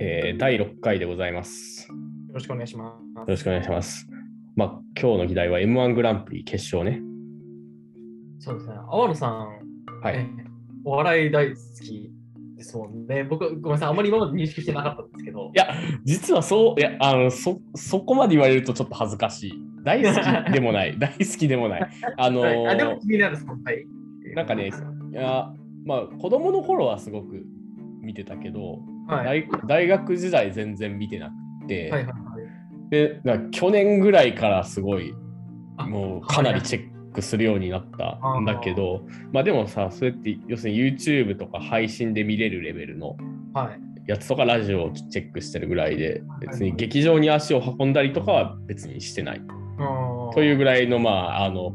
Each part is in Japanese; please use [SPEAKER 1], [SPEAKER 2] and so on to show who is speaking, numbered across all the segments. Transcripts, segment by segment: [SPEAKER 1] えー第6回でございます。よ
[SPEAKER 2] よろしくお願いします。
[SPEAKER 1] ろしくお願いします。まあ、今日の議題は M1 グランプリ決勝ね。
[SPEAKER 2] そうですね。阿野さん、
[SPEAKER 1] はい。
[SPEAKER 2] ねお笑い大好きですもんね。僕、ごめんなさい、あんまり今まで認識してなかったんですけど。
[SPEAKER 1] いや、実はそう、いや、あの、そ、そこまで言われるとちょっと恥ずかしい。大好きでもない。 大好きでもない。あの
[SPEAKER 2] はいあでも
[SPEAKER 1] ー、
[SPEAKER 2] 気になるですもん、はい。
[SPEAKER 1] なんかねいや、まあ、子供の頃はすごく見てたけど、
[SPEAKER 2] はい、
[SPEAKER 1] 大大学時代全然見てなくて、
[SPEAKER 2] はいはいはい。
[SPEAKER 1] で、なんか去年ぐらいからすごい、
[SPEAKER 2] あ
[SPEAKER 1] もうかなりチェックするようになったんだけど、まあでもさ、そうやって、要するに YouTube とか配信で見れるレベルの
[SPEAKER 2] はい。
[SPEAKER 1] やつとかラジオをチェックしてるぐらいで、別に劇場に足を運んだりとかは別にしてない。という
[SPEAKER 2] う
[SPEAKER 1] ぐらいの、まあ、あの、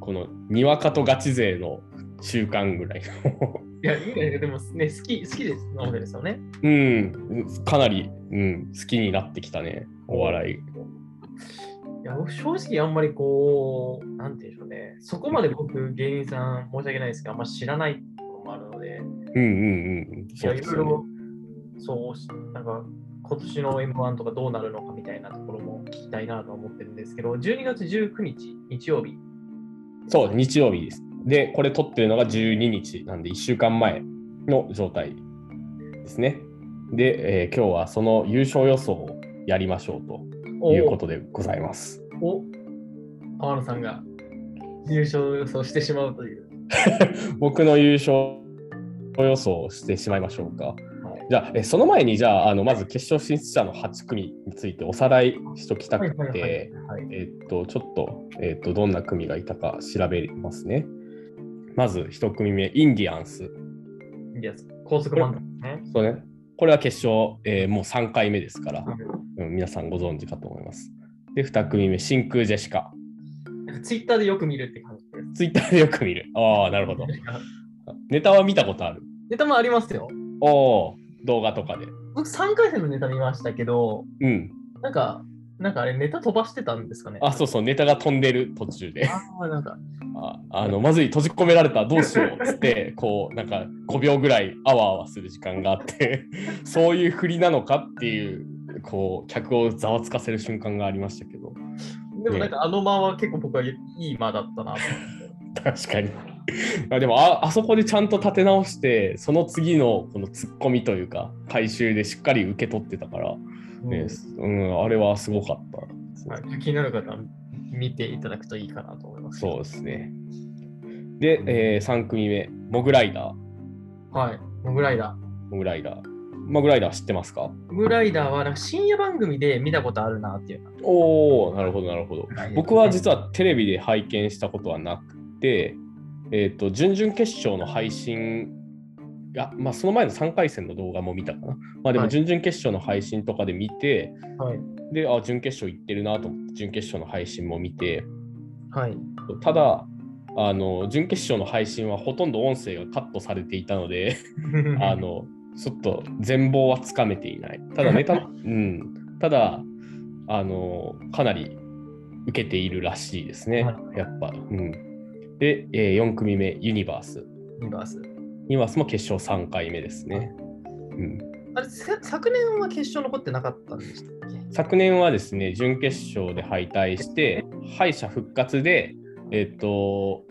[SPEAKER 1] この、にわかとガチ勢の習慣ぐらいの。
[SPEAKER 2] ーん。いや、いいね。でもね、好き、好きです。なのでですよね。
[SPEAKER 1] うん、かなり、うん、好きになってきたね、お笑い。
[SPEAKER 2] いや、僕正直あんまりこう、なんて言うんでしょうね。そこまで僕、芸人さん、申し訳ないですけど、あんま知らないこともあるので。
[SPEAKER 1] うんうんうん。
[SPEAKER 2] いや、い
[SPEAKER 1] です
[SPEAKER 2] ろいろ、そうし、なんか、今年の M1 とかどうなるのかみたいなところも聞きたいなと思ってるんですけど、12月19日、日曜日。
[SPEAKER 1] そう、日曜日です。で、これ撮ってるのが12日なんで、1週間前の状態ですね。で、えー今日はその優勝予想をやりましょうと
[SPEAKER 2] お
[SPEAKER 1] いうことでございます。
[SPEAKER 2] お、天野さんが優勝予想してしまうという。
[SPEAKER 1] 僕の優勝予想をしてしまいましょうか。
[SPEAKER 2] はい
[SPEAKER 1] じゃあ、えーその前に、じゃあ、あのまず決勝進出者の8組についておさらいしときた
[SPEAKER 2] は
[SPEAKER 1] く
[SPEAKER 2] いはいはい
[SPEAKER 1] て、
[SPEAKER 2] はい
[SPEAKER 1] えーっと、ちょっと、えーっと、どんな組がいたか調べますね。まず1組目、インディアンス。
[SPEAKER 2] いいです。高速漫才ですね。
[SPEAKER 1] そうね。これは決勝、えーもう3回目ですから、
[SPEAKER 2] はい
[SPEAKER 1] うん皆さんご存知かと思います。で、2組目、真空ジェシカ。
[SPEAKER 2] なんかツイッターでよく見るって感じです。
[SPEAKER 1] ツイッターでよく見る。ああ、なるほど。ネタは見たことある。
[SPEAKER 2] ネタもありますよ。
[SPEAKER 1] おお、動画とかで。
[SPEAKER 2] 僕、3回戦のネタ見ましたけど、
[SPEAKER 1] うん。
[SPEAKER 2] なんか、なんかあれ、ネタ飛ばしてたんですかね。
[SPEAKER 1] あ、そうそう、ネタが飛んでる途中で。
[SPEAKER 2] あー、なんか、
[SPEAKER 1] ああのまずい、閉じ込められた、どうしようっつって、こう、なんか5秒ぐらいあわあわする時間があって、そういう振りなのかっていう、こう、客をざわつかせる瞬間がありましたけど。
[SPEAKER 2] でもなんかあの間は結構僕はいい間だったなと思って。
[SPEAKER 1] 確かに。 あでもああそこでちゃんと立て直してその次のこのツッコミというか回収でしっかり受け取ってたから、 ねうんあれはすごかったですね、
[SPEAKER 2] はい、気になる方は見ていただくといいかなと思います。
[SPEAKER 1] そうですねで、え3組目モグライダー
[SPEAKER 2] はい。モグライダー。
[SPEAKER 1] モグライダーモグライダー知ってますか
[SPEAKER 2] モグライダーはなんか深夜番組で見たことあるなっていうのは
[SPEAKER 1] おおなるほどなるほど
[SPEAKER 2] はい
[SPEAKER 1] 僕は実はテレビで拝見したことはなくて、えー、と準々決勝の配信が、まあ、その前の3回戦の動画も見たかな、まあ、で
[SPEAKER 2] は
[SPEAKER 1] も
[SPEAKER 2] い
[SPEAKER 1] 準々決勝の配信とかで見て、
[SPEAKER 2] はい。
[SPEAKER 1] であ準決勝行ってるなと思って準決勝の配信も見て
[SPEAKER 2] はい。
[SPEAKER 1] ただあの準決勝の配信はほとんど音声がカットされていたのであ のちょっと全貌はつかめていないただネタ、 うん、ただあのかなり受けているらしいですね、
[SPEAKER 2] はい
[SPEAKER 1] やっぱ、うん、で、え4組目ユニバース
[SPEAKER 2] ユニバース。
[SPEAKER 1] ユニバースも決勝3回目ですね、うん、
[SPEAKER 2] あれ、せ昨年は決勝残ってなかったんでしたっけ
[SPEAKER 1] 昨年はですね準決勝で敗退して敗者復活でえっ、と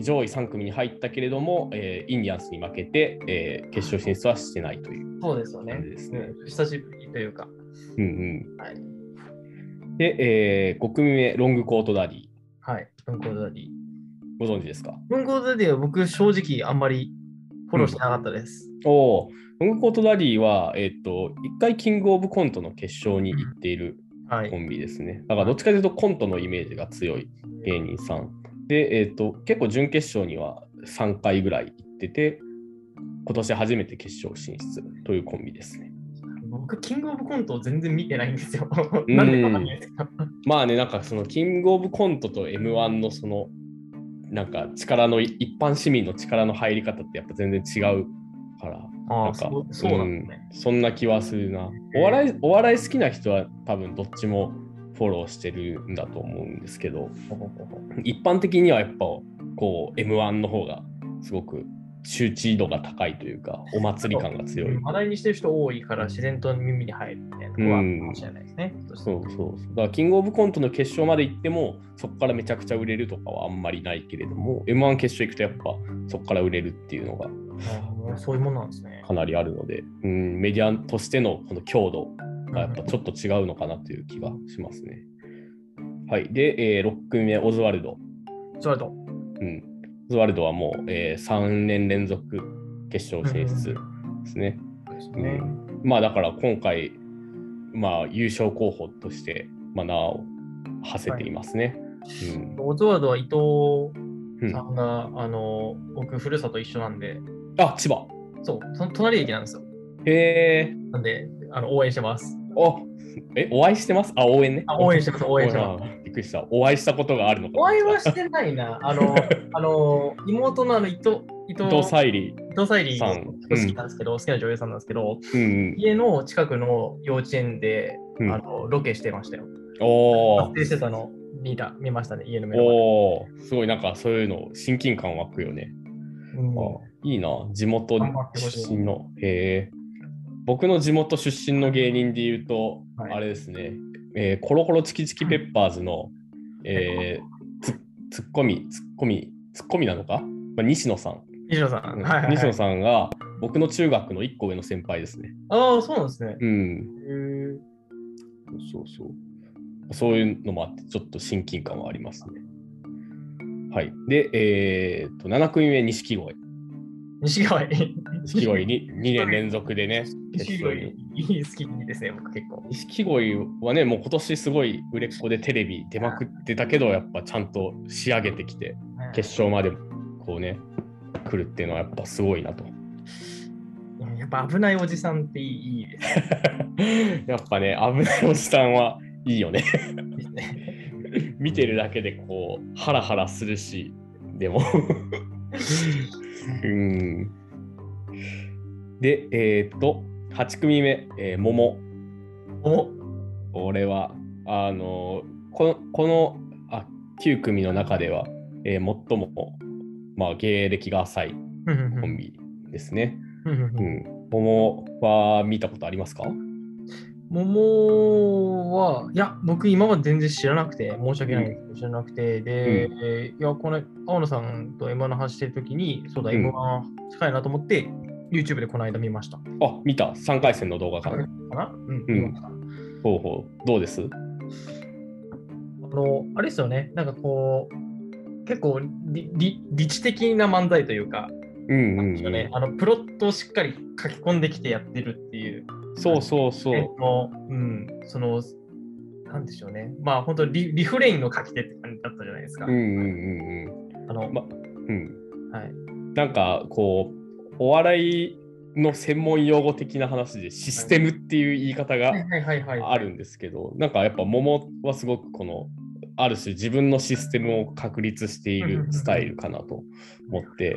[SPEAKER 1] 上位3組に入ったけれども、えーインディアンスに負けて、えー決勝進出はしてないという
[SPEAKER 2] そうですよね
[SPEAKER 1] 感じ。ですね。
[SPEAKER 2] 久しぶりというか。
[SPEAKER 1] うん
[SPEAKER 2] はい。
[SPEAKER 1] うん、で、え5組目、ロングコートダディ、
[SPEAKER 2] はい。文庫ダディ。
[SPEAKER 1] ご存知ですか
[SPEAKER 2] 文庫ダディは僕、正直あんまりフォローしてなかったです。
[SPEAKER 1] おーロングコートダディは、えっ、と、1回キングオブコントの決勝に行っている
[SPEAKER 2] は
[SPEAKER 1] コ
[SPEAKER 2] い。
[SPEAKER 1] ンビですね。だからどっちかというとコントのイメージが強い芸人さん。で、えっと結構準決勝には3回ぐらい行ってて、今年初めて決勝進出というコンビですね。
[SPEAKER 2] 僕、キングオブコントを全然見てないんですよ。
[SPEAKER 1] うん
[SPEAKER 2] なんでかわかんないですか
[SPEAKER 1] まあね、なんかそのキングオブコントと M1 のそのなんか力のい一般市民の力の入り方ってやっぱ全然違うから。
[SPEAKER 2] あ
[SPEAKER 1] なん
[SPEAKER 2] あ、
[SPEAKER 1] か
[SPEAKER 2] そうそうなんですね。
[SPEAKER 1] うんそんな気はするな。お笑いお笑い好きな人は多分どっちもフォローしてるんだと思うんですけど、一般的にはやっぱこう M1 の方がすごく周知度が高いというか、お祭り感が強い。
[SPEAKER 2] 話題にしてる人多いから自然と耳に入るみたいなとこはあるかもしれないですね。そ
[SPEAKER 1] そうそうそう。だから、キングオブコントの決勝まで行っても、そこからめちゃくちゃ売れるとかはあんまりないけれども、M1 決勝行くとやっぱそこから売れるっていうのが
[SPEAKER 2] あーそういうもんなんですね。
[SPEAKER 1] かなりあるので、うん、メディアとしてのこの強度がやっぱちょっと違うのかなという気がしますね。はい。で、え6組目、オズワルド。
[SPEAKER 2] そうだと。
[SPEAKER 1] うん、オズワルドはもう、え3年連続決勝進出ですね。
[SPEAKER 2] ですね。
[SPEAKER 1] まあだから今回、まあ、優勝候補として、まあ、名を馳せていますね。うん
[SPEAKER 2] オズワードは伊藤
[SPEAKER 1] うん
[SPEAKER 2] さんが、あの僕、ふるさと一緒なんで、
[SPEAKER 1] あ千葉
[SPEAKER 2] そう、その隣駅なんですよ。
[SPEAKER 1] へえ
[SPEAKER 2] なんで、あの応援してます。
[SPEAKER 1] あえお会いしてますあ応援ね。
[SPEAKER 2] あ応援し てます、応援してます。
[SPEAKER 1] あびっくりした。お会いしたことがあるのかと
[SPEAKER 2] お
[SPEAKER 1] 思った。
[SPEAKER 2] 会いはしてないな。あの、あの妹のあの伊藤伊藤
[SPEAKER 1] 伊藤沙莉。
[SPEAKER 2] 伊藤沙莉
[SPEAKER 1] さ
[SPEAKER 2] が
[SPEAKER 1] ん
[SPEAKER 2] 好きなんですけど、好きな女優さんなんですけど、
[SPEAKER 1] うん
[SPEAKER 2] 家の近くの幼稚園で、
[SPEAKER 1] うん
[SPEAKER 2] あのロケしてましたよ。
[SPEAKER 1] うん。お
[SPEAKER 2] 発
[SPEAKER 1] お。
[SPEAKER 2] 生してたの見た見ましたね、家の目の前で
[SPEAKER 1] おお。すごいなんかそういうの親近感湧くよね。
[SPEAKER 2] うん
[SPEAKER 1] あいいな、地元
[SPEAKER 2] 頑張ってほしい
[SPEAKER 1] 出身の。へえ僕の地元出身の芸人で言うと、
[SPEAKER 2] はい
[SPEAKER 1] あれですね、えーコロコロチキチキペッパーズの、えーツッツッコミ、ツッコミ、ツッコミなのか、まあ、西野さん。
[SPEAKER 2] 西野さん。はいはい、
[SPEAKER 1] 西
[SPEAKER 2] は
[SPEAKER 1] 野
[SPEAKER 2] い。
[SPEAKER 1] さんが僕の中学の1個上の先輩ですね。
[SPEAKER 2] ああ、そうなんですね。
[SPEAKER 1] うん。
[SPEAKER 2] へー
[SPEAKER 1] そうそう。そういうのもあって、ちょっと親近感はありますね。はい。で、えーっと、7組目、錦鯉。
[SPEAKER 2] 錦鯉。
[SPEAKER 1] 錦鯉に2年連続でね、
[SPEAKER 2] 錦鯉、いい好きですね、僕結構。
[SPEAKER 1] 錦鯉はね、もう今年すごい売れっ子でテレビ出まくってたけど、やっぱちゃんと仕上げてきて、決勝までこうね、来るっていうのはやっぱすごいなと。
[SPEAKER 2] うんやっぱ危ないおじさんっていいいいです
[SPEAKER 1] やっぱね、危ないおじさんはいいよ ね。
[SPEAKER 2] ね。
[SPEAKER 1] 見てるだけでこう、ハラハラするし、でも。 うん。で、えーっと、8組目、えー、桃。
[SPEAKER 2] お
[SPEAKER 1] 俺はあのここのあ9組の中では、えー最も、まあ、芸歴が浅い
[SPEAKER 2] うんうん
[SPEAKER 1] コンビですね。
[SPEAKER 2] うん
[SPEAKER 1] う
[SPEAKER 2] うん
[SPEAKER 1] ん、桃は見たことありますか
[SPEAKER 2] 桃は、いや、僕今まで全然知らなくて、申し訳ないんですけど、知らなくて、で、いや、この青野さんと M1 の話してるときに、そうだ、
[SPEAKER 1] うん
[SPEAKER 2] M1 近いなと思って、YouTube でこの間見ました。か
[SPEAKER 1] あ見た3回戦の動画かな。
[SPEAKER 2] なうん、
[SPEAKER 1] うん
[SPEAKER 2] 見ました。
[SPEAKER 1] ほうほうどうです
[SPEAKER 2] あの、あれですよね、なんかこう、結構りり理知的な漫才というか、
[SPEAKER 1] うん
[SPEAKER 2] な
[SPEAKER 1] うんん
[SPEAKER 2] でし
[SPEAKER 1] う、
[SPEAKER 2] ょうんねあのプロットをしっかり書き込んできてやってるっていう、
[SPEAKER 1] そうそうそう。
[SPEAKER 2] ねのうん、その、なんでしょうね、まあ本当リ、リフレインの書き手って感じだったじゃないですか。
[SPEAKER 1] うんうんうん
[SPEAKER 2] あの
[SPEAKER 1] まうん。
[SPEAKER 2] はいう
[SPEAKER 1] うん、なんかこうお笑いの専門用語的な話でシステムっていう言い方が
[SPEAKER 2] はいはいはいはい。
[SPEAKER 1] あるんですけど、なんかやっぱ桃はすごくこのある種自分のシステムを確立しているスタイルかなと思って、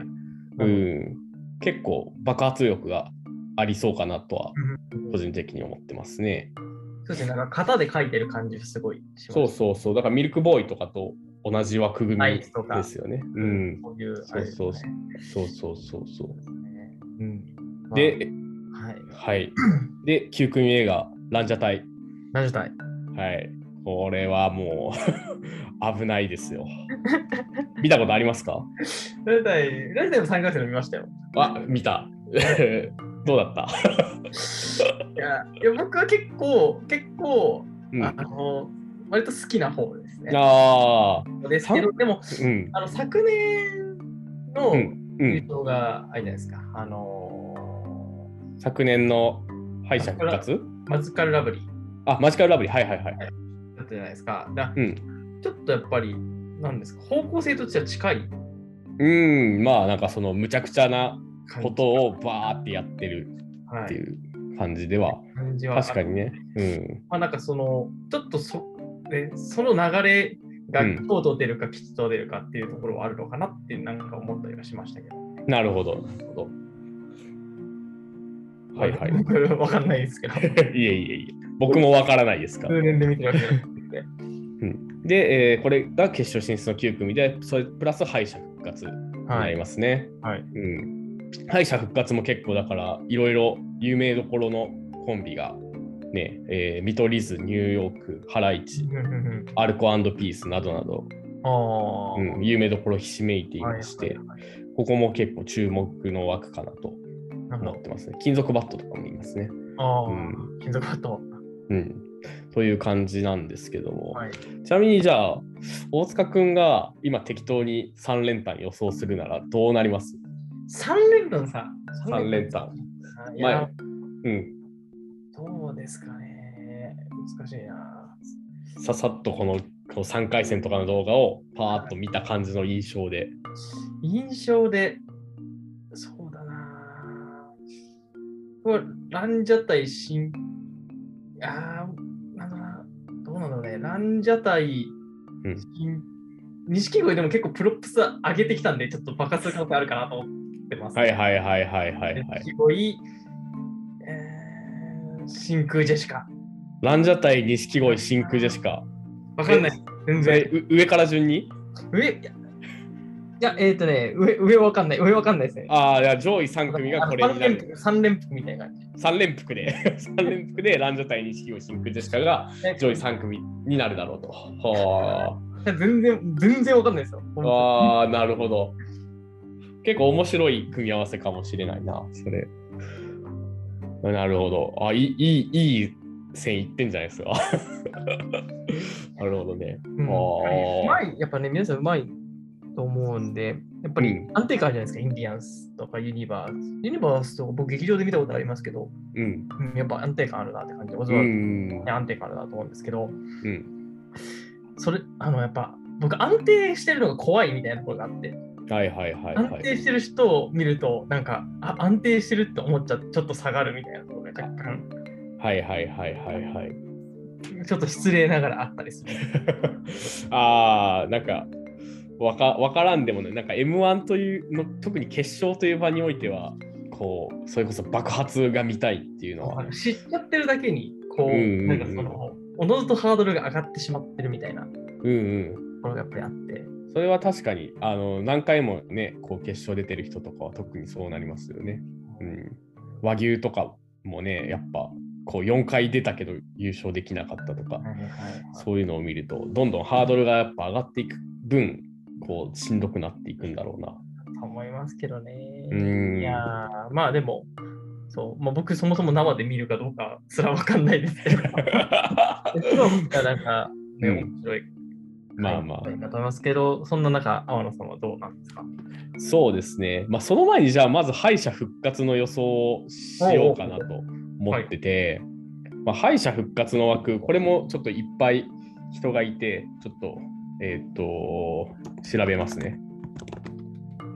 [SPEAKER 1] う
[SPEAKER 2] うん
[SPEAKER 1] ん、結構爆発力がありそうかなとは個人的に思ってますね。
[SPEAKER 2] そうですね、なんか型で書いてる感じがすごいします。
[SPEAKER 1] そうそうそう、だからミルクボーイとかと同じ枠組
[SPEAKER 2] ナ
[SPEAKER 1] み
[SPEAKER 2] イ
[SPEAKER 1] で
[SPEAKER 2] ツとか
[SPEAKER 1] すよね。うん、
[SPEAKER 2] こういう、
[SPEAKER 1] そうそうそう
[SPEAKER 2] あれ
[SPEAKER 1] そうそうそうそう。
[SPEAKER 2] ですね
[SPEAKER 1] で、
[SPEAKER 2] まあはい。
[SPEAKER 1] はい。で、9組映画、ランジャタイ。
[SPEAKER 2] 何十代
[SPEAKER 1] はい。これはもう 危ないですよ。見たことありますか
[SPEAKER 2] 何十代何十代も3回戦で見ましたよ。
[SPEAKER 1] あ、見た。 どうだった、
[SPEAKER 2] いや、いや僕は結構、結構、
[SPEAKER 1] うん、
[SPEAKER 2] あ
[SPEAKER 1] あ
[SPEAKER 2] の、割と好きな方ですね。
[SPEAKER 1] あ
[SPEAKER 2] ですけど、でも、
[SPEAKER 1] ー、うん。
[SPEAKER 2] あの昨年の
[SPEAKER 1] うんう
[SPEAKER 2] 優
[SPEAKER 1] ん、
[SPEAKER 2] 勝が、あれじゃないですか、あの
[SPEAKER 1] 昨年の敗者復活
[SPEAKER 2] ー、マジカルラブリー
[SPEAKER 1] あ、マジカルラブリー。はいはいはい。
[SPEAKER 2] だったじゃないですか。だ
[SPEAKER 1] うん。
[SPEAKER 2] ちょっとやっぱり、なんですか、方向性としては近い
[SPEAKER 1] うん、まあなんかそのむちゃくちゃな
[SPEAKER 2] 感じ
[SPEAKER 1] ことをバーってやってる
[SPEAKER 2] は
[SPEAKER 1] って
[SPEAKER 2] い
[SPEAKER 1] いう感じでは、
[SPEAKER 2] 感じは
[SPEAKER 1] 確かにね。うん。
[SPEAKER 2] まあなんかそのちょっとそ,、ね、その流れが
[SPEAKER 1] うん
[SPEAKER 2] どう出るか吉と出るかっていうところはあるのかなってなんか思ったりはしましたけど。
[SPEAKER 1] なるほど。なるほど。はいはい。
[SPEAKER 2] 僕 わかんないですけど。
[SPEAKER 1] いえいえいえ。僕もわからないですから
[SPEAKER 2] 数。年で見てるわけじゃなくて。
[SPEAKER 1] で、えーこれが決勝進出の9組で、それプラス敗者復活になりますね。
[SPEAKER 2] はい。
[SPEAKER 1] うん、敗者復活も結構だからいろいろ有名どころのコンビがね、えー見取り図ニューヨークハライチ
[SPEAKER 2] うんうんうん
[SPEAKER 1] アルコピースなどなど、
[SPEAKER 2] ああ、
[SPEAKER 1] うん、有名どころひしめいていまして、
[SPEAKER 2] はいはいはい
[SPEAKER 1] ここも結構注目の枠かなと
[SPEAKER 2] なる
[SPEAKER 1] 思
[SPEAKER 2] ほ
[SPEAKER 1] ってますね金属バットとかもいますね、
[SPEAKER 2] どああ、
[SPEAKER 1] うん
[SPEAKER 2] 金属バット。
[SPEAKER 1] うん、という感じなんですけども、
[SPEAKER 2] はい。
[SPEAKER 1] ちなみにじゃあ大塚くんが今適当に3連単予想するならどうなります
[SPEAKER 2] 三連単さ。
[SPEAKER 1] 三連単。
[SPEAKER 2] あいや、
[SPEAKER 1] うん
[SPEAKER 2] どうですかね。難しいな。
[SPEAKER 1] ささっとこのこう3回戦とかの動画をパーッと見た感じの印象で
[SPEAKER 2] 印象で、そうだな。これ、ランジャタイ新、ああ、なんだな。どうなんだろうね。ランジャタイ
[SPEAKER 1] うん
[SPEAKER 2] 新、錦鯉でも結構プロップス上げてきたんで、ちょっと爆発する可能性あるかなと思ってます。
[SPEAKER 1] はいはいはいはいはいはい
[SPEAKER 2] 錦鯉、えー真空ジェシカ。
[SPEAKER 1] ランジャタイ錦鯉真空ジェシカ
[SPEAKER 2] わかんない。全
[SPEAKER 1] それ
[SPEAKER 2] 然。
[SPEAKER 1] う上から順に
[SPEAKER 2] 上、いや、いやえっ、ー、とね、上、上わかんない。上わかんないですね。
[SPEAKER 1] ああじゃあ上位3組がこれにな
[SPEAKER 2] 3連
[SPEAKER 1] る
[SPEAKER 2] 服、三連服みたいな感じ。
[SPEAKER 1] 3連服で3 連服でランジャタイ錦鯉真空ジェシカが上位3組になるだろうとは
[SPEAKER 2] 全然、全然わかんないですよ。
[SPEAKER 1] あ
[SPEAKER 2] 本
[SPEAKER 1] ああなるほど結構面白い組み合わせかもしれないなそれなるほどあいいいいいい線いってんじゃないですか なるほどね
[SPEAKER 2] 当にう
[SPEAKER 1] あ
[SPEAKER 2] ん
[SPEAKER 1] ー
[SPEAKER 2] うまい、やっぱね、皆さんうまいと思うんで、やっぱり安定感じゃないですか、インディアンスとかユニバース。ユニバースとか僕、劇場で見たことありますけど、
[SPEAKER 1] うん
[SPEAKER 2] うん、やっぱ安定感あるなって感じで、おそうらく
[SPEAKER 1] ん
[SPEAKER 2] ね安定感あるなと思うんですけど、
[SPEAKER 1] うん
[SPEAKER 2] それ、あの、やっぱ、僕、安定してるのが怖いみたいなところがあって。
[SPEAKER 1] はいはいはいは
[SPEAKER 2] 安定
[SPEAKER 1] い
[SPEAKER 2] してる人を見ると、なんかあ安定してるって思っちゃってちょっと下がるみたいなところが若干
[SPEAKER 1] はいはいはいはいはい
[SPEAKER 2] ちょっと失礼ながらあったりする。
[SPEAKER 1] ああ、なんか、わかわからんでもない。なんか M1 というの、特に決勝という場においては、こう、それこそ爆発が見たいっていうのは。
[SPEAKER 2] 知っちゃってるだけにこう、
[SPEAKER 1] うんうんうん
[SPEAKER 2] なんかそのおのずとハードルが上がってしまってるみたいなと
[SPEAKER 1] うんうん。
[SPEAKER 2] ころがやっぱりあって。
[SPEAKER 1] それは確かに、あの、何回もね、こう、決勝出てる人とかは特にそうなりますよね。うん。和牛とかもね、やっぱ、こう、4回出たけど優勝できなかったとか、
[SPEAKER 2] はいはい
[SPEAKER 1] そういうのを見ると、どんどんハードルがやっぱ上がっていく分、こう、しんどくなっていくんだろうな。
[SPEAKER 2] と思いますけどね。
[SPEAKER 1] うん。
[SPEAKER 2] いやーまあでも、そうまあ、僕そもそも生で見るかどうかすらわかんないです けど、プロ見たらなんか、ね、
[SPEAKER 1] うん
[SPEAKER 2] 面白い。
[SPEAKER 1] まあまあ
[SPEAKER 2] だ。と思いますけど、そんな中、天野さんはどうなんですか
[SPEAKER 1] そうですね、まあ、その前にじゃあまず敗者復活の予想をしようかなと思ってて、まあ、敗者復活の枠これもちょっといっぱい人がいてちょっとえーっ、と調べますね、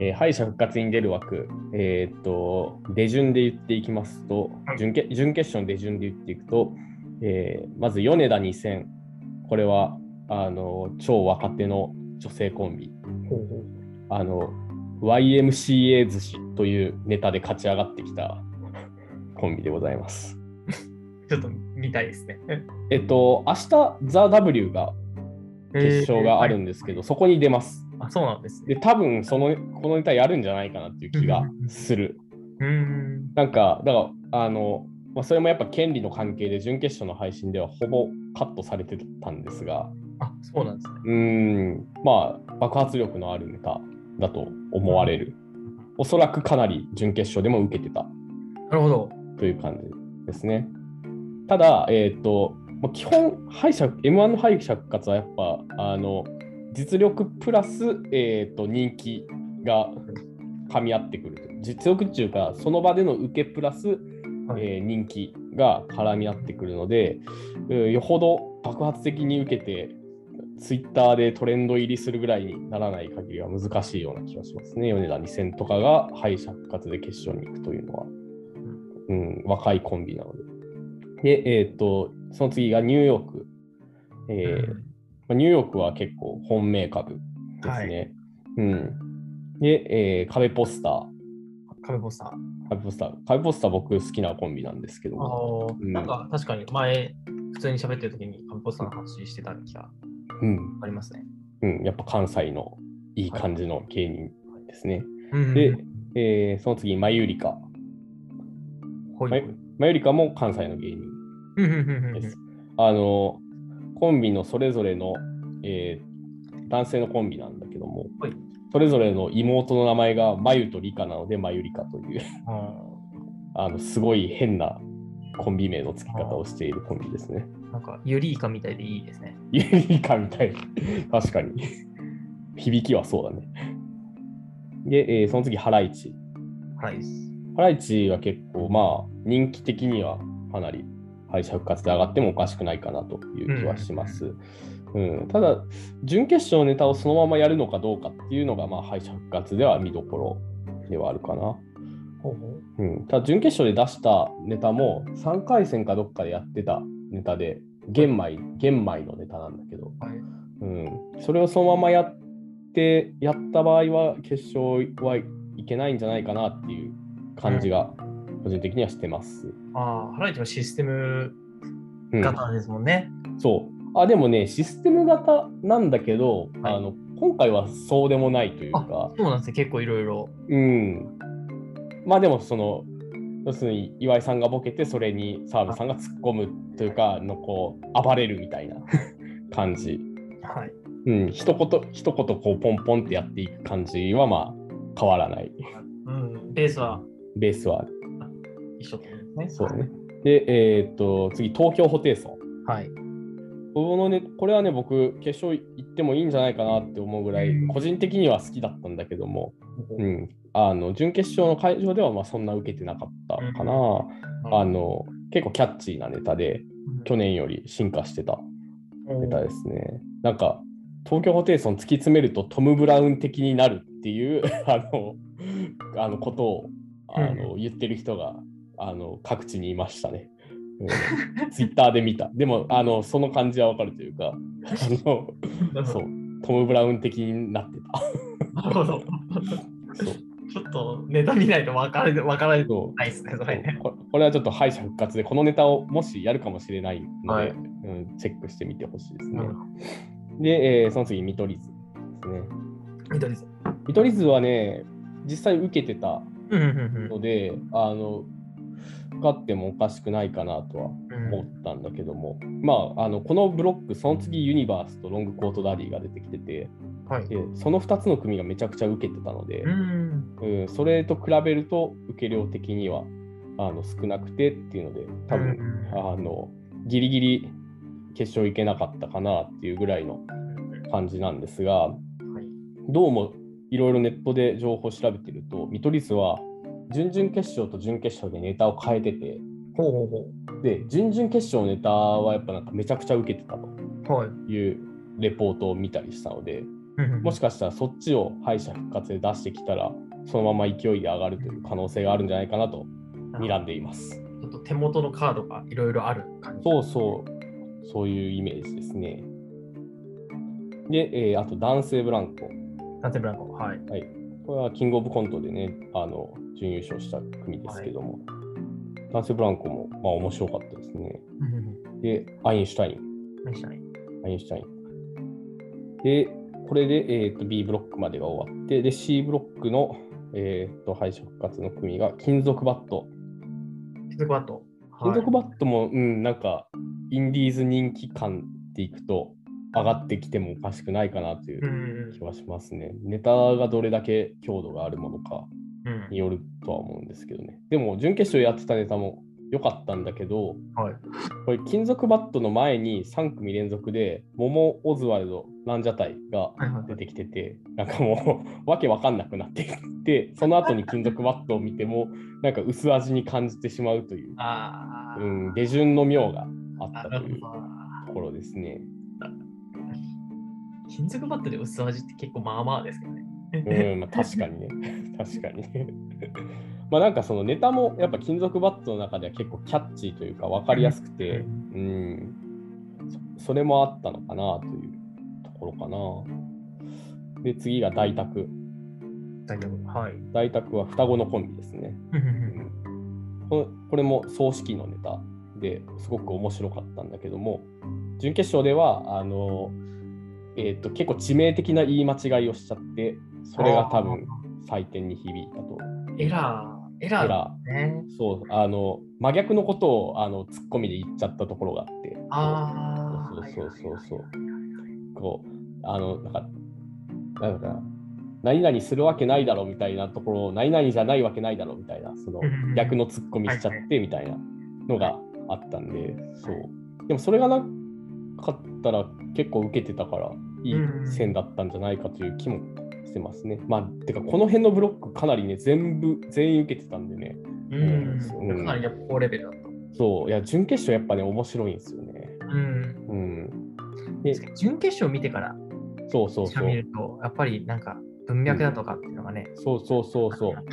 [SPEAKER 1] えー敗者復活に出る枠えーっ、と出順で言っていきますと、
[SPEAKER 2] はい
[SPEAKER 1] 準決準決勝の出順で言っていくと、えーまず米田2000これはあの超若手の女性コンビ
[SPEAKER 2] ほうほう
[SPEAKER 1] あの YMCA 寿司というネタで勝ち上がってきたコンビでございます。
[SPEAKER 2] ちょっと見たいですね。
[SPEAKER 1] えっと、明日、ザ・ W が決勝があるんですけど、そこに出ます。
[SPEAKER 2] えーはいあ、そうなんです
[SPEAKER 1] で、
[SPEAKER 2] ね。
[SPEAKER 1] 多分そのこのネタやるんじゃないかなっていう気がする。
[SPEAKER 2] うーん。
[SPEAKER 1] なんか、だから、あの、まあ、それもやっぱ権利の関係で、準決勝の配信ではほぼカットされてたんですが、
[SPEAKER 2] あ、そうなんですね。
[SPEAKER 1] うーん、まあ、爆発力のあるネタだと思われる。おそらくかなり準決勝でも受けてた
[SPEAKER 2] なるほど。
[SPEAKER 1] という感じですね。ただ、えっ、と、もう基本敗者、M1 の敗者復活はやっぱ、あの、実力プラス、えっ、と、人気が噛み合ってくると。実力っていうか、その場での受けプラス、
[SPEAKER 2] はい
[SPEAKER 1] えー人気が絡み合ってくるので、えーよほど爆発的に受けて、ツイッターでトレンド入りするぐらいにならない限りは難しいような気がしますね。米田2000とかが敗者復活で決勝に行くというのは、うん、若いコンビなので。で、えっ、と、その次がニューヨーク。えー
[SPEAKER 2] うん
[SPEAKER 1] まあニューヨークは結構本命株ですね。うん、で、えー壁ポスター。
[SPEAKER 2] カメポスター。
[SPEAKER 1] 壁ポスター。壁ポスター僕好きなコンビなんですけど
[SPEAKER 2] あ
[SPEAKER 1] も。う
[SPEAKER 2] ー
[SPEAKER 1] ん
[SPEAKER 2] なんか確かに前、普通に喋ってる時にカメポスターの話してた気が
[SPEAKER 1] うん
[SPEAKER 2] ありますね。
[SPEAKER 1] うん、やっぱ関西のいい感じの芸人ですね。
[SPEAKER 2] うん
[SPEAKER 1] で、えーその次、マユリカ。
[SPEAKER 2] ほいほ
[SPEAKER 1] はいい。マユリカも関西の芸人
[SPEAKER 2] うんうんうんうん
[SPEAKER 1] です。あの、コンビのそれぞれの、えー男性のコンビなんだけども
[SPEAKER 2] はい、
[SPEAKER 1] それぞれの妹の名前がマユとリカなので、マユリカという、
[SPEAKER 2] あ
[SPEAKER 1] あの、すごい変なコンビ名の付け方をしているコンビですね。
[SPEAKER 2] ーなんか、ユリイカみたいでいいですね。
[SPEAKER 1] ユリカみたい。確かに。 響きはそうだね。で、えーその次、ハライチ。
[SPEAKER 2] はいです。
[SPEAKER 1] ハライチは結構、まあ、人気的にはかなり敗者復活で上がってもおかしくないかなという気はします。うんただ、準決勝ネタをそのままやるのかどうかっていうのが、まあ、敗者復活では見どころではあるかな。
[SPEAKER 2] ほうほう。
[SPEAKER 1] うん、ただ、準決勝で出したネタも、3回戦かどっかでやってたネタで、玄米、玄米のネタなんだけど、
[SPEAKER 2] はい。
[SPEAKER 1] うん、それをそのままやって、やった場合は決勝はいけないんじゃないかなっていう感じが個人的にはしてます。
[SPEAKER 2] ああ、ハライチはシステム
[SPEAKER 1] うん
[SPEAKER 2] 型ですもんね。
[SPEAKER 1] そうあでもね、システム型なんだけど、
[SPEAKER 2] はい
[SPEAKER 1] あの今回はそうでもないというか、
[SPEAKER 2] そうなんですね、結構いろいろ。
[SPEAKER 1] うん、まあでもその、要するに岩井さんがボケて、それに澤部さんが突っ込むというか、のこう暴れるみたいな 感じ。
[SPEAKER 2] はい。
[SPEAKER 1] うん、一言一言こうポンポンってやっていく感じはまあ変わらない
[SPEAKER 2] うん、レースは
[SPEAKER 1] ベースはある
[SPEAKER 2] 一緒ってことですね。
[SPEAKER 1] そうねでえーっと次東京ホテイソン
[SPEAKER 2] はい。
[SPEAKER 1] この、ね、これはね僕決勝行ってもいいんじゃないかなって思うぐらい個人的には好きだったんだけども、うん、あの準決勝の会場ではまあそんな受けてなかったかな、あの結構キャッチーなネタで去年より進化してたネタですね。なんか、東京ホテイソン突き詰めるとトム・ブラウン的になるっていう あのあのことをあの言ってる人があの各地にいましたね。ツイッターで見た。でも、あのその感じはわかるというか、あの
[SPEAKER 2] うん
[SPEAKER 1] そう、トム・ブラウン的になって
[SPEAKER 2] なるほど。
[SPEAKER 1] た。そう
[SPEAKER 2] ちょっとネタ見ないと分から分からない
[SPEAKER 1] そう
[SPEAKER 2] ですね、それね。
[SPEAKER 1] ここれはちょっと敗者復活で、このネタをもしやるかもしれないので、
[SPEAKER 2] はい
[SPEAKER 1] うん、チェックしてみてほしいですね。
[SPEAKER 2] うん
[SPEAKER 1] で、えーその次、見取り図ですね。
[SPEAKER 2] 緑です。
[SPEAKER 1] 見取り図はね、実際受けてた
[SPEAKER 2] うんうん
[SPEAKER 1] ので、あの受かってもおかしくないかなとは
[SPEAKER 2] うん
[SPEAKER 1] 思ったんだけども、まあ、あのこのブロック、その次、ユニバースとロングコートダディが出てきてて、
[SPEAKER 2] はい。
[SPEAKER 1] でその2つの組がめちゃくちゃ受けてたので
[SPEAKER 2] う、ん。
[SPEAKER 1] うん、それと比べると、受け量的にはあの少なくてっていうので、多分、あのギリギリ決勝行けなかったかなっていうぐらいの感じなんですが、
[SPEAKER 2] はい
[SPEAKER 1] どうもいろいろネットで情報を調べてると、見取り図は準々決勝と準決勝でネタを変えてて、
[SPEAKER 2] ほうほう
[SPEAKER 1] で、準々決勝のネタはやっぱなんかめちゃくちゃ受けてたと
[SPEAKER 2] ほう。はい。
[SPEAKER 1] いうレポートを見たりしたので、もし
[SPEAKER 2] か
[SPEAKER 1] かしたらそっちを敗者復活で出してきたら、そのまま勢いで上がるという可能性があるんじゃないかなと睨んでいます。
[SPEAKER 2] ちょっと手元のカードがいろいろある感じ。
[SPEAKER 1] そうそう、そういうイメージですね。で、えーあと男性ブランコ。
[SPEAKER 2] なんてブランコ。はい。
[SPEAKER 1] これはキングオブコントでね、あの準優勝した組ですけども、男性ブランコも、まあ、面白かったですね。で、アインシュタイン、
[SPEAKER 2] 何したね。
[SPEAKER 1] アインシュタイン。で、これで、えー、と B ブロックまでが終わって、で、C ブロックの、えー、と敗者復活の組が金属バット。
[SPEAKER 2] 金属バット。
[SPEAKER 1] 金属
[SPEAKER 2] バッ
[SPEAKER 1] バットも、うん、なんか、インディーズ人気感でいくと、上がってきてもおかしくないかなとい
[SPEAKER 2] ト。う
[SPEAKER 1] うん気はしますね。ネタがどれだけ強度があるものか。
[SPEAKER 2] うん
[SPEAKER 1] に。よるとは思うんですけどね。でも、準決勝やってたネタも良かったんだけど、
[SPEAKER 2] はい
[SPEAKER 1] これ、金属バットの前に3組連続で、桃、オズワルド、ランジャタイが
[SPEAKER 2] はいはい
[SPEAKER 1] 出てきてて、なんかもう、わ けわかんなくなってきて、その後に金属バットを見ても、なんか薄味に感じてしまうという、
[SPEAKER 2] ああ。
[SPEAKER 1] うん、手順の妙があった
[SPEAKER 2] な
[SPEAKER 1] と
[SPEAKER 2] る
[SPEAKER 1] いう
[SPEAKER 2] ほど。
[SPEAKER 1] ところですね。
[SPEAKER 2] 金属バットで薄味って結構まあまあですけどね。
[SPEAKER 1] うん、まあ、確かにね。 確かにね。まあなんかそのネタもやっぱ金属バットの中では結構キャッチーというか分かりやすくて、うん、そそれもあったのかなというところかな。で、次が大宅。
[SPEAKER 2] 大丈夫。はい。
[SPEAKER 1] 大宅は双子のコンビですね。ここれも葬式のネタですごく面白かったんだけども準決勝ではあの、えー、と結構致命的な言い間違いをしちゃってそれが多分採点に響いたと
[SPEAKER 2] エラー、エラーだ
[SPEAKER 1] ら
[SPEAKER 2] ね。
[SPEAKER 1] そう、あの、真逆のことを、あの、ツッコミで言っちゃったところがあって。
[SPEAKER 2] ああ。
[SPEAKER 1] そうそうそうそう
[SPEAKER 2] はいはいはいはいはい
[SPEAKER 1] こう、あの、なんか、なんか、何々するわけないだろみたいなところを、何々じゃないわけないだろみたいな、その
[SPEAKER 2] うんうんうん
[SPEAKER 1] 逆のツッコミしちゃってみたいなのがあったんで、そう。でもそれがなかったら結構受けてたから、いい
[SPEAKER 2] うんうん
[SPEAKER 1] 線だったんじゃないかという気もしてますね。まあ、てか、この辺のブロックかなりね、全部、全員受けてたんでね、
[SPEAKER 2] うん。かなりやっぱ高レベルだった。
[SPEAKER 1] そう、いや、準決勝やっぱね、面白いんですよね。
[SPEAKER 2] うん。
[SPEAKER 1] うん。
[SPEAKER 2] 準決勝見てから
[SPEAKER 1] そうそうそ
[SPEAKER 2] 見
[SPEAKER 1] う。
[SPEAKER 2] ると、やっぱりなんか文脈だとかっていうのがね、
[SPEAKER 1] そうそうそうそう。
[SPEAKER 2] よ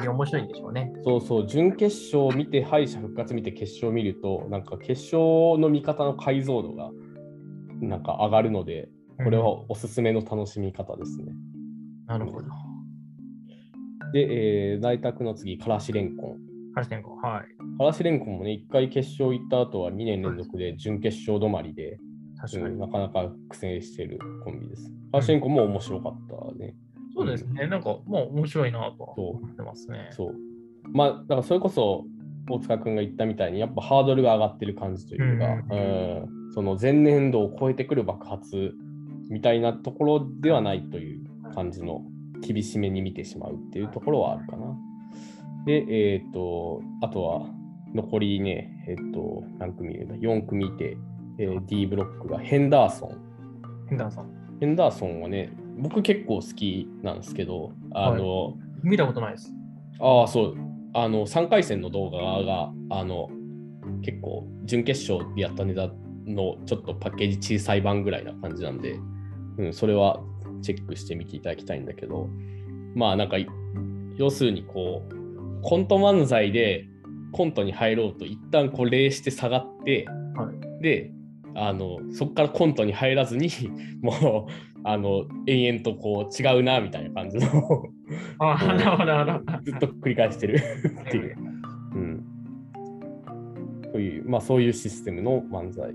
[SPEAKER 2] り面白いんでしょうね。
[SPEAKER 1] そうそう、準決勝を見て、敗者復活見て、決勝を見ると、なんか決勝の見方の解像度がなんか上がるので、これはおすすめの楽しみ方ですね。
[SPEAKER 2] うん。なるほど。
[SPEAKER 1] で、えー、内卓の次、からしれんこん。
[SPEAKER 2] 8点五はい。
[SPEAKER 1] からしれんこんもね、1回決勝行った後は2年連続で準決勝止まりで、
[SPEAKER 2] 確か
[SPEAKER 1] うん
[SPEAKER 2] に。
[SPEAKER 1] なかなか苦戦してるコンビです。からしれんこんも面白かったね。
[SPEAKER 2] そうですね。なんか、まあ面白いなとは
[SPEAKER 1] そう
[SPEAKER 2] 思ってますね。
[SPEAKER 1] そう。まあ、だからそれこそ大塚君が言ったみたいに、やっぱハードルが上がってる感じというか、
[SPEAKER 2] う
[SPEAKER 1] うんその前年度を超えてくる爆発みたいなところではないという感じの厳しめに見てしまうっていうところはあるかな。で、えっ、と、あとは残りね、えっ、と、何組いるんだ ?4 組いて、えー D ブロックがヘンダーソン。
[SPEAKER 2] ヘンダーさん、
[SPEAKER 1] ヘンダーソンはね、僕結構好きなんですけど、あの、
[SPEAKER 2] 見たことないです。
[SPEAKER 1] ああ、そう。あの、3回戦の動画が、あの、結構、準決勝でやったネタのちょっとパッケージ小さい版ぐらいな感じなんで、うん、それはチェックしてみていただきたいんだけど、まあ、なんか、要するにこう、コント漫才でコントに入ろうと、一旦こう、礼して下がって、
[SPEAKER 2] は
[SPEAKER 1] で、あのそこからコントに入らずに もうあの延々とこう違うなみたいな感じの
[SPEAKER 2] ああ、
[SPEAKER 1] うん
[SPEAKER 2] なるほど、なるほど。
[SPEAKER 1] ずっと繰り返してるっていう。うん、という、まあそういうシステムの漫才、
[SPEAKER 2] は
[SPEAKER 1] う
[SPEAKER 2] い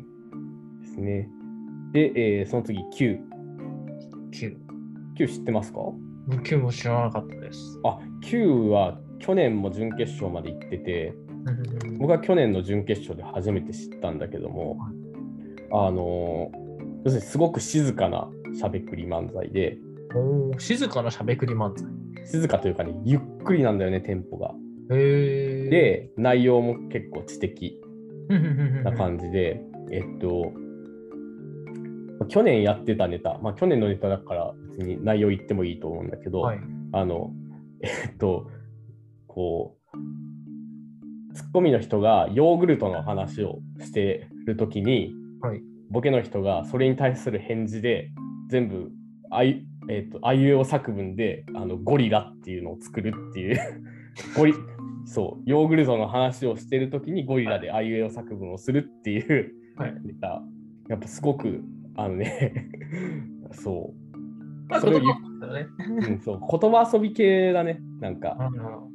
[SPEAKER 1] んですね。で、えーその次、Q。
[SPEAKER 2] 9。
[SPEAKER 1] Q 知ってますか
[SPEAKER 2] 9も知らなかったです。
[SPEAKER 1] あ、Q は去年も準決勝まで行ってて、
[SPEAKER 2] うん
[SPEAKER 1] 僕は去年の準決勝で初めて知ったんだけども、あのー要するにすごく静かなしゃべくり漫才で、
[SPEAKER 2] おー静かなしゃべくり漫才。
[SPEAKER 1] 静かというかね、ゆっくりなんだよね、テンポが。
[SPEAKER 2] へえ。、
[SPEAKER 1] で、内容も結構知的な
[SPEAKER 2] な
[SPEAKER 1] 感じで、えっと、去年やってたネタ、まあ、去年のネタだから別に内容言ってもいいと思うんだけど、
[SPEAKER 2] はい。
[SPEAKER 1] あの、えっと、こう、ツッコミの人がヨーグルトの話をしてるときに、
[SPEAKER 2] はい
[SPEAKER 1] ボケの人がそれに対する返事で、全部あい、えっと、あいうえお作文であのゴリラっていうのを作るっていう、 ゴリそう、ヨーグルトの話をしてるときにゴリラであいうえお作文をするっていう、
[SPEAKER 2] はい
[SPEAKER 1] ネタやっぱすごく、あのね、 そう。
[SPEAKER 2] まあ、
[SPEAKER 1] それを
[SPEAKER 2] 言
[SPEAKER 1] 言う
[SPEAKER 2] 葉だよね。
[SPEAKER 1] うん、そう言葉遊び系だね、なんか。
[SPEAKER 2] あの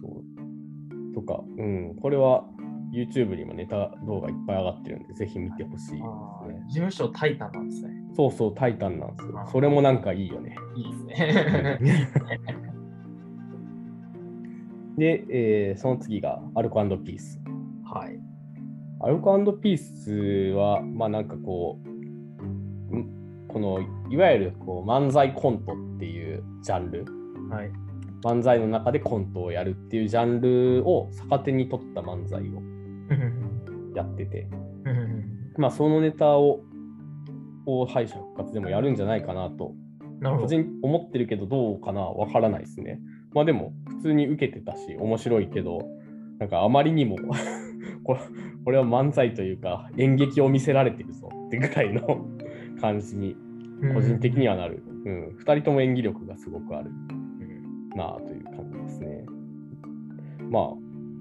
[SPEAKER 1] そうとか、うん、これは YouTube にもネタ動画いっぱい上がってるんで、ぜひ見てほしい
[SPEAKER 2] あ
[SPEAKER 1] です
[SPEAKER 2] ー
[SPEAKER 1] ね。
[SPEAKER 2] 事務所タイタンなんですね。
[SPEAKER 1] そうそう、タイタンなんですよ
[SPEAKER 2] あ。ー
[SPEAKER 1] それもなんかいいよ ね。
[SPEAKER 2] いいです ね。
[SPEAKER 1] で、えーその次がアルコピース。
[SPEAKER 2] はい。
[SPEAKER 1] アルコピースは、まあなんかこう、んこのいわゆるこう漫才コントっていうジャンル、
[SPEAKER 2] はい。
[SPEAKER 1] 漫才の中でコントをやるっていうジャンルを逆手に取った漫才をやってて、まあ、そのネタをを敗者復活でもやるんじゃないかなと、
[SPEAKER 2] なる
[SPEAKER 1] 個
[SPEAKER 2] ほど。
[SPEAKER 1] 人思ってるけど、どうかな、わからないですね。まあでも、普通に受けてたし、面白いけど、なんかあまりにも これ、これは漫才というか、演劇を見せられてるぞってぐらいの 感じに、個人的にはなる。うん、2人とも演技力がすごくある
[SPEAKER 2] うん。
[SPEAKER 1] なあという感じですね。ま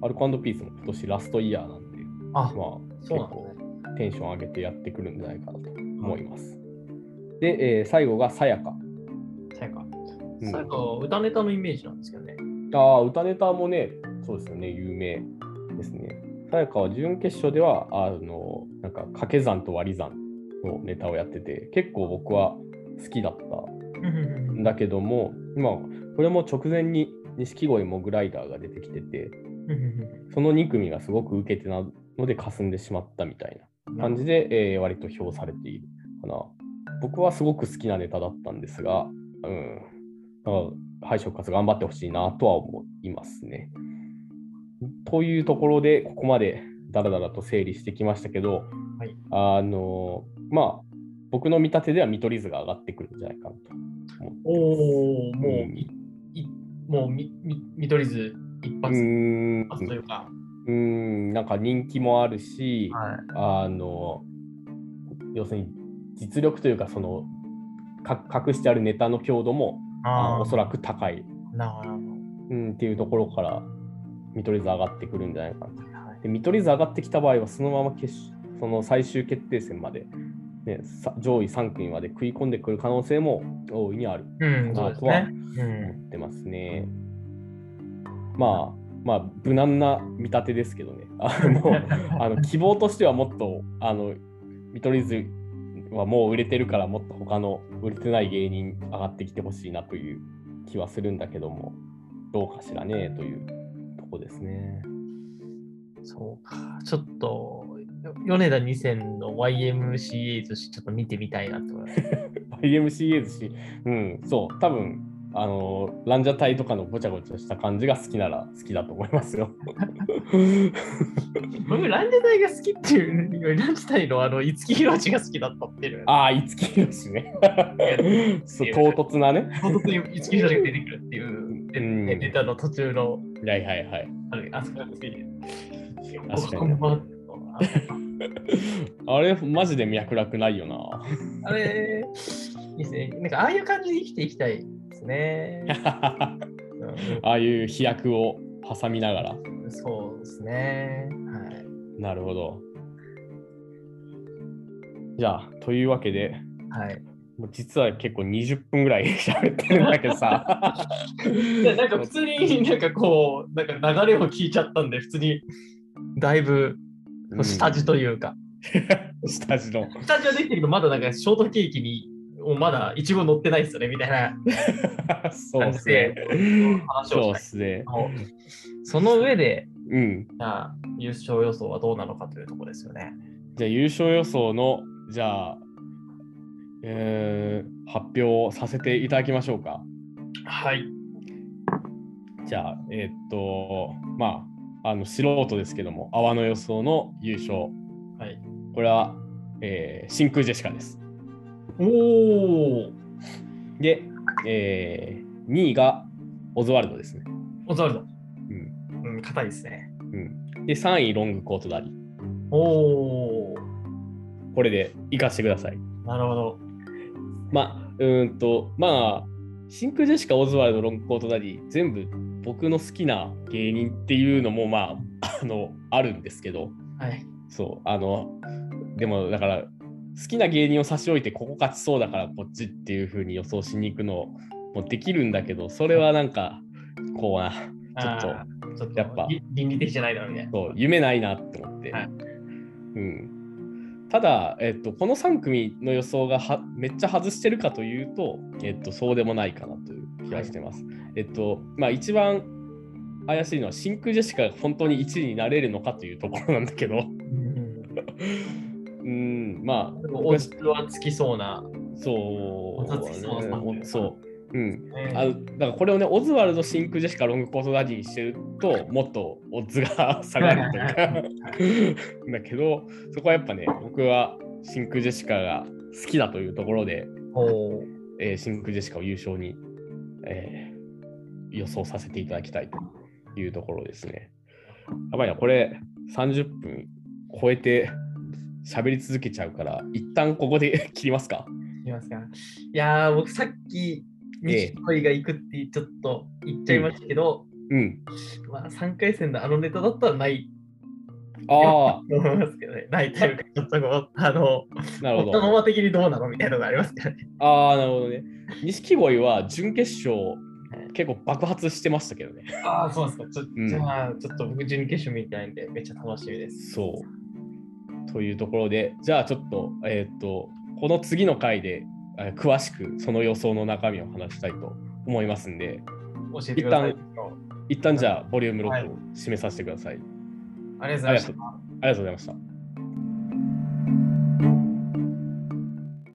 [SPEAKER 1] あ、アルコピースも今年ラストイヤーなんで、
[SPEAKER 2] あ、
[SPEAKER 1] まあ、
[SPEAKER 2] そうなんだね。
[SPEAKER 1] テンション上げてやってくるんじゃないかなと思います。で、えー最後がさやか。
[SPEAKER 2] さやか。
[SPEAKER 1] うん
[SPEAKER 2] さやかは歌ネタのイメージなんですけどね。
[SPEAKER 1] ああ、歌ネタもね、そうですよね、有名ですね。さやかは準決勝では、あの、なんか掛け算と割り算 のネタをやってて、結構僕は好きだったんだけども、まあ、これも直前に錦鯉モグライダーが出てきてて、
[SPEAKER 2] うん
[SPEAKER 1] その2組がすごく受けてなので霞んでしまったみたいな感じで、えー割と評されているかな。僕はすごく好きなネタだったんですが、うん、だから敗者復活頑張ってほしいなとは思いますね。というところで、ここまでだらだらと整理してきましたけど、
[SPEAKER 2] はい
[SPEAKER 1] あのまあ、僕の見立てでは見取り図が上がってくるんじゃないかなと思ってます。
[SPEAKER 2] おお、もう、
[SPEAKER 1] うん
[SPEAKER 2] いいもうみみ見取り図一
[SPEAKER 1] う
[SPEAKER 2] 発、一
[SPEAKER 1] ーん
[SPEAKER 2] 発というか、
[SPEAKER 1] うーん、なんか人気もあるし、
[SPEAKER 2] はい、
[SPEAKER 1] あの要するに実力というかそのか隠してあるネタの強度もあのおそらく高い、
[SPEAKER 2] く。なるほど。
[SPEAKER 1] うん、っていうところから見取り図上がってくるんじゃないかな。
[SPEAKER 2] はい
[SPEAKER 1] で見取り図上がってきた場合はそのまま決勝その最終決定戦まで、ね、さ上位3組まで食い込んでくる可能性も大いにある
[SPEAKER 2] うん、そうですね。う
[SPEAKER 1] 思っ
[SPEAKER 2] ん、
[SPEAKER 1] てますね。まあまあ無難な見立てですけどね。あのあの希望としてはもっとあの見取り図はもう売れてるからもっと他の売れてない芸人上がってきてほしいなという気はするんだけどもどうかしらねというとこですね。
[SPEAKER 2] そうか。ちょっと、よ米田2000の YMCA 寿司ちょっと見てみたいなと思います。
[SPEAKER 1] YMCA ですし、うん、そう多分あのランジャタイとかのごちゃごちゃした感じが好きなら好きだと思いますよ。
[SPEAKER 2] 僕、ランジャタイが好きっていうより、ランジャタイのあの、五木ひろしが好きだったっていう。
[SPEAKER 1] ああ、五木ひろしね。そう唐突なね。
[SPEAKER 2] 唐突に五木ひろしが出てくるっていう、で
[SPEAKER 1] うん
[SPEAKER 2] ネタの途中の、
[SPEAKER 1] はいはいはい。
[SPEAKER 2] あれ、あそこが好きで。
[SPEAKER 1] 確かに
[SPEAKER 2] こんばんは
[SPEAKER 1] あれ、マジで脈絡ないよな。
[SPEAKER 2] あれ、いいですね。なんか、ああいう感じで生きていきたいですね。う
[SPEAKER 1] ああいう飛躍を挟みながら。
[SPEAKER 2] んそうですね。はい。
[SPEAKER 1] なるほど。じゃあ、というわけで、
[SPEAKER 2] はい、
[SPEAKER 1] もう実は結構20分ぐらい 喋ってるんだけどさ。
[SPEAKER 2] なんか普通になんかこうなんか流れを聞いちゃったんで普通にだいぶ
[SPEAKER 1] うん
[SPEAKER 2] 下地というか、
[SPEAKER 1] 下地の。
[SPEAKER 2] 下地はできてるけどまだなんかショートケーキにをまだいちご乗ってないですよねみたいな
[SPEAKER 1] そうっすね。
[SPEAKER 2] 話
[SPEAKER 1] そ
[SPEAKER 2] を
[SPEAKER 1] うっ
[SPEAKER 2] したい
[SPEAKER 1] すね。
[SPEAKER 2] その上で
[SPEAKER 1] うん。
[SPEAKER 2] じゃあ優勝予想はどうなのかというところですよね。
[SPEAKER 1] じゃあ優勝予想のじゃあ、えー発表をさせていただきましょうか。
[SPEAKER 2] はい。
[SPEAKER 1] じゃあえーっとまああの素人ですけども泡の予想の優勝
[SPEAKER 2] はい、
[SPEAKER 1] これは、えー真空ジェシカです。
[SPEAKER 2] おお
[SPEAKER 1] で、え2位がオズワルドですね。
[SPEAKER 2] オズワルド。
[SPEAKER 1] うん
[SPEAKER 2] うん、硬いですね。
[SPEAKER 1] うん、で3位ロングコートダディ。
[SPEAKER 2] おお
[SPEAKER 1] これでいかしてください。
[SPEAKER 2] なるほど。
[SPEAKER 1] まあ、うーんと、まあ、真空ジェシカ、オズワルド、ロングコートダディ、全部僕の好きな芸人っていうのも、まあ、あの、あるんですけど、
[SPEAKER 2] はい。
[SPEAKER 1] そう、あの、でも、だから、好きな芸人を差し置いて、ここ勝ちそうだから、こっちっていう風に予想しに行くのもできるんだけど、それはなんか、こうな、ちょっと
[SPEAKER 2] あーちょっと
[SPEAKER 1] やっぱ
[SPEAKER 2] り倫理的じゃないだろうね。
[SPEAKER 1] そう夢ないなって思って。
[SPEAKER 2] はい
[SPEAKER 1] うん、ただ、えっと、この3組の予想がはめっちゃ外してるかというと、えっと、そうでもないかなという気がしてます。えっとまあ、一番怪しいのは真空ジェシカが本当に1位になれるのかというところなんだけど、
[SPEAKER 2] うん、
[SPEAKER 1] うん、まあ、
[SPEAKER 2] オズはつきそうな。
[SPEAKER 1] そう、
[SPEAKER 2] もたつきそうな
[SPEAKER 1] ねそう、うん、あ
[SPEAKER 2] あ
[SPEAKER 1] のだからこれをね、オズワルド、真空ジェシカ、ロングコートダディにしてると、もっとオッズが下がるというか、 だけど、そこはやっぱね、僕は真空ジェシカが好きだというところで、
[SPEAKER 2] おー
[SPEAKER 1] えー真空ジェシカを優勝に、えー予想させていただきたいというところですね。やばいな、これ30分超えて喋り続けちゃうから、一旦ここで切りますか。
[SPEAKER 2] いきますか。いやー、僕さっき、
[SPEAKER 1] ええ
[SPEAKER 2] 錦鯉が行くってちょっと言っちゃいましたけど、
[SPEAKER 1] うん。
[SPEAKER 2] まあ、3回戦であのネタだったらない
[SPEAKER 1] あ
[SPEAKER 2] と思いますけど ね。ないというか、ちょっとこう、あの、
[SPEAKER 1] あ、なるほ
[SPEAKER 2] そ
[SPEAKER 1] ど
[SPEAKER 2] の。まま的にどうなのみたいなのがありますからね。
[SPEAKER 1] ああ、なるほどね。錦鯉は準決勝
[SPEAKER 2] は、
[SPEAKER 1] 結構爆発してましたけどね。
[SPEAKER 2] ああ、そうですか。ちょ
[SPEAKER 1] うん
[SPEAKER 2] じゃあ、ちょっと僕、準決勝見たいんで、めっちゃ楽しみです。
[SPEAKER 1] そう。というところで、じゃあちょっと、えーっと、この次の回で、えー詳しくその予想の中身を話したいと思いますんで、
[SPEAKER 2] 教えてください。
[SPEAKER 1] 一一旦じゃあ、ボリューム6を締めさせてください。
[SPEAKER 2] ありがとうございまし
[SPEAKER 1] あ
[SPEAKER 2] た。
[SPEAKER 1] りがとうございました。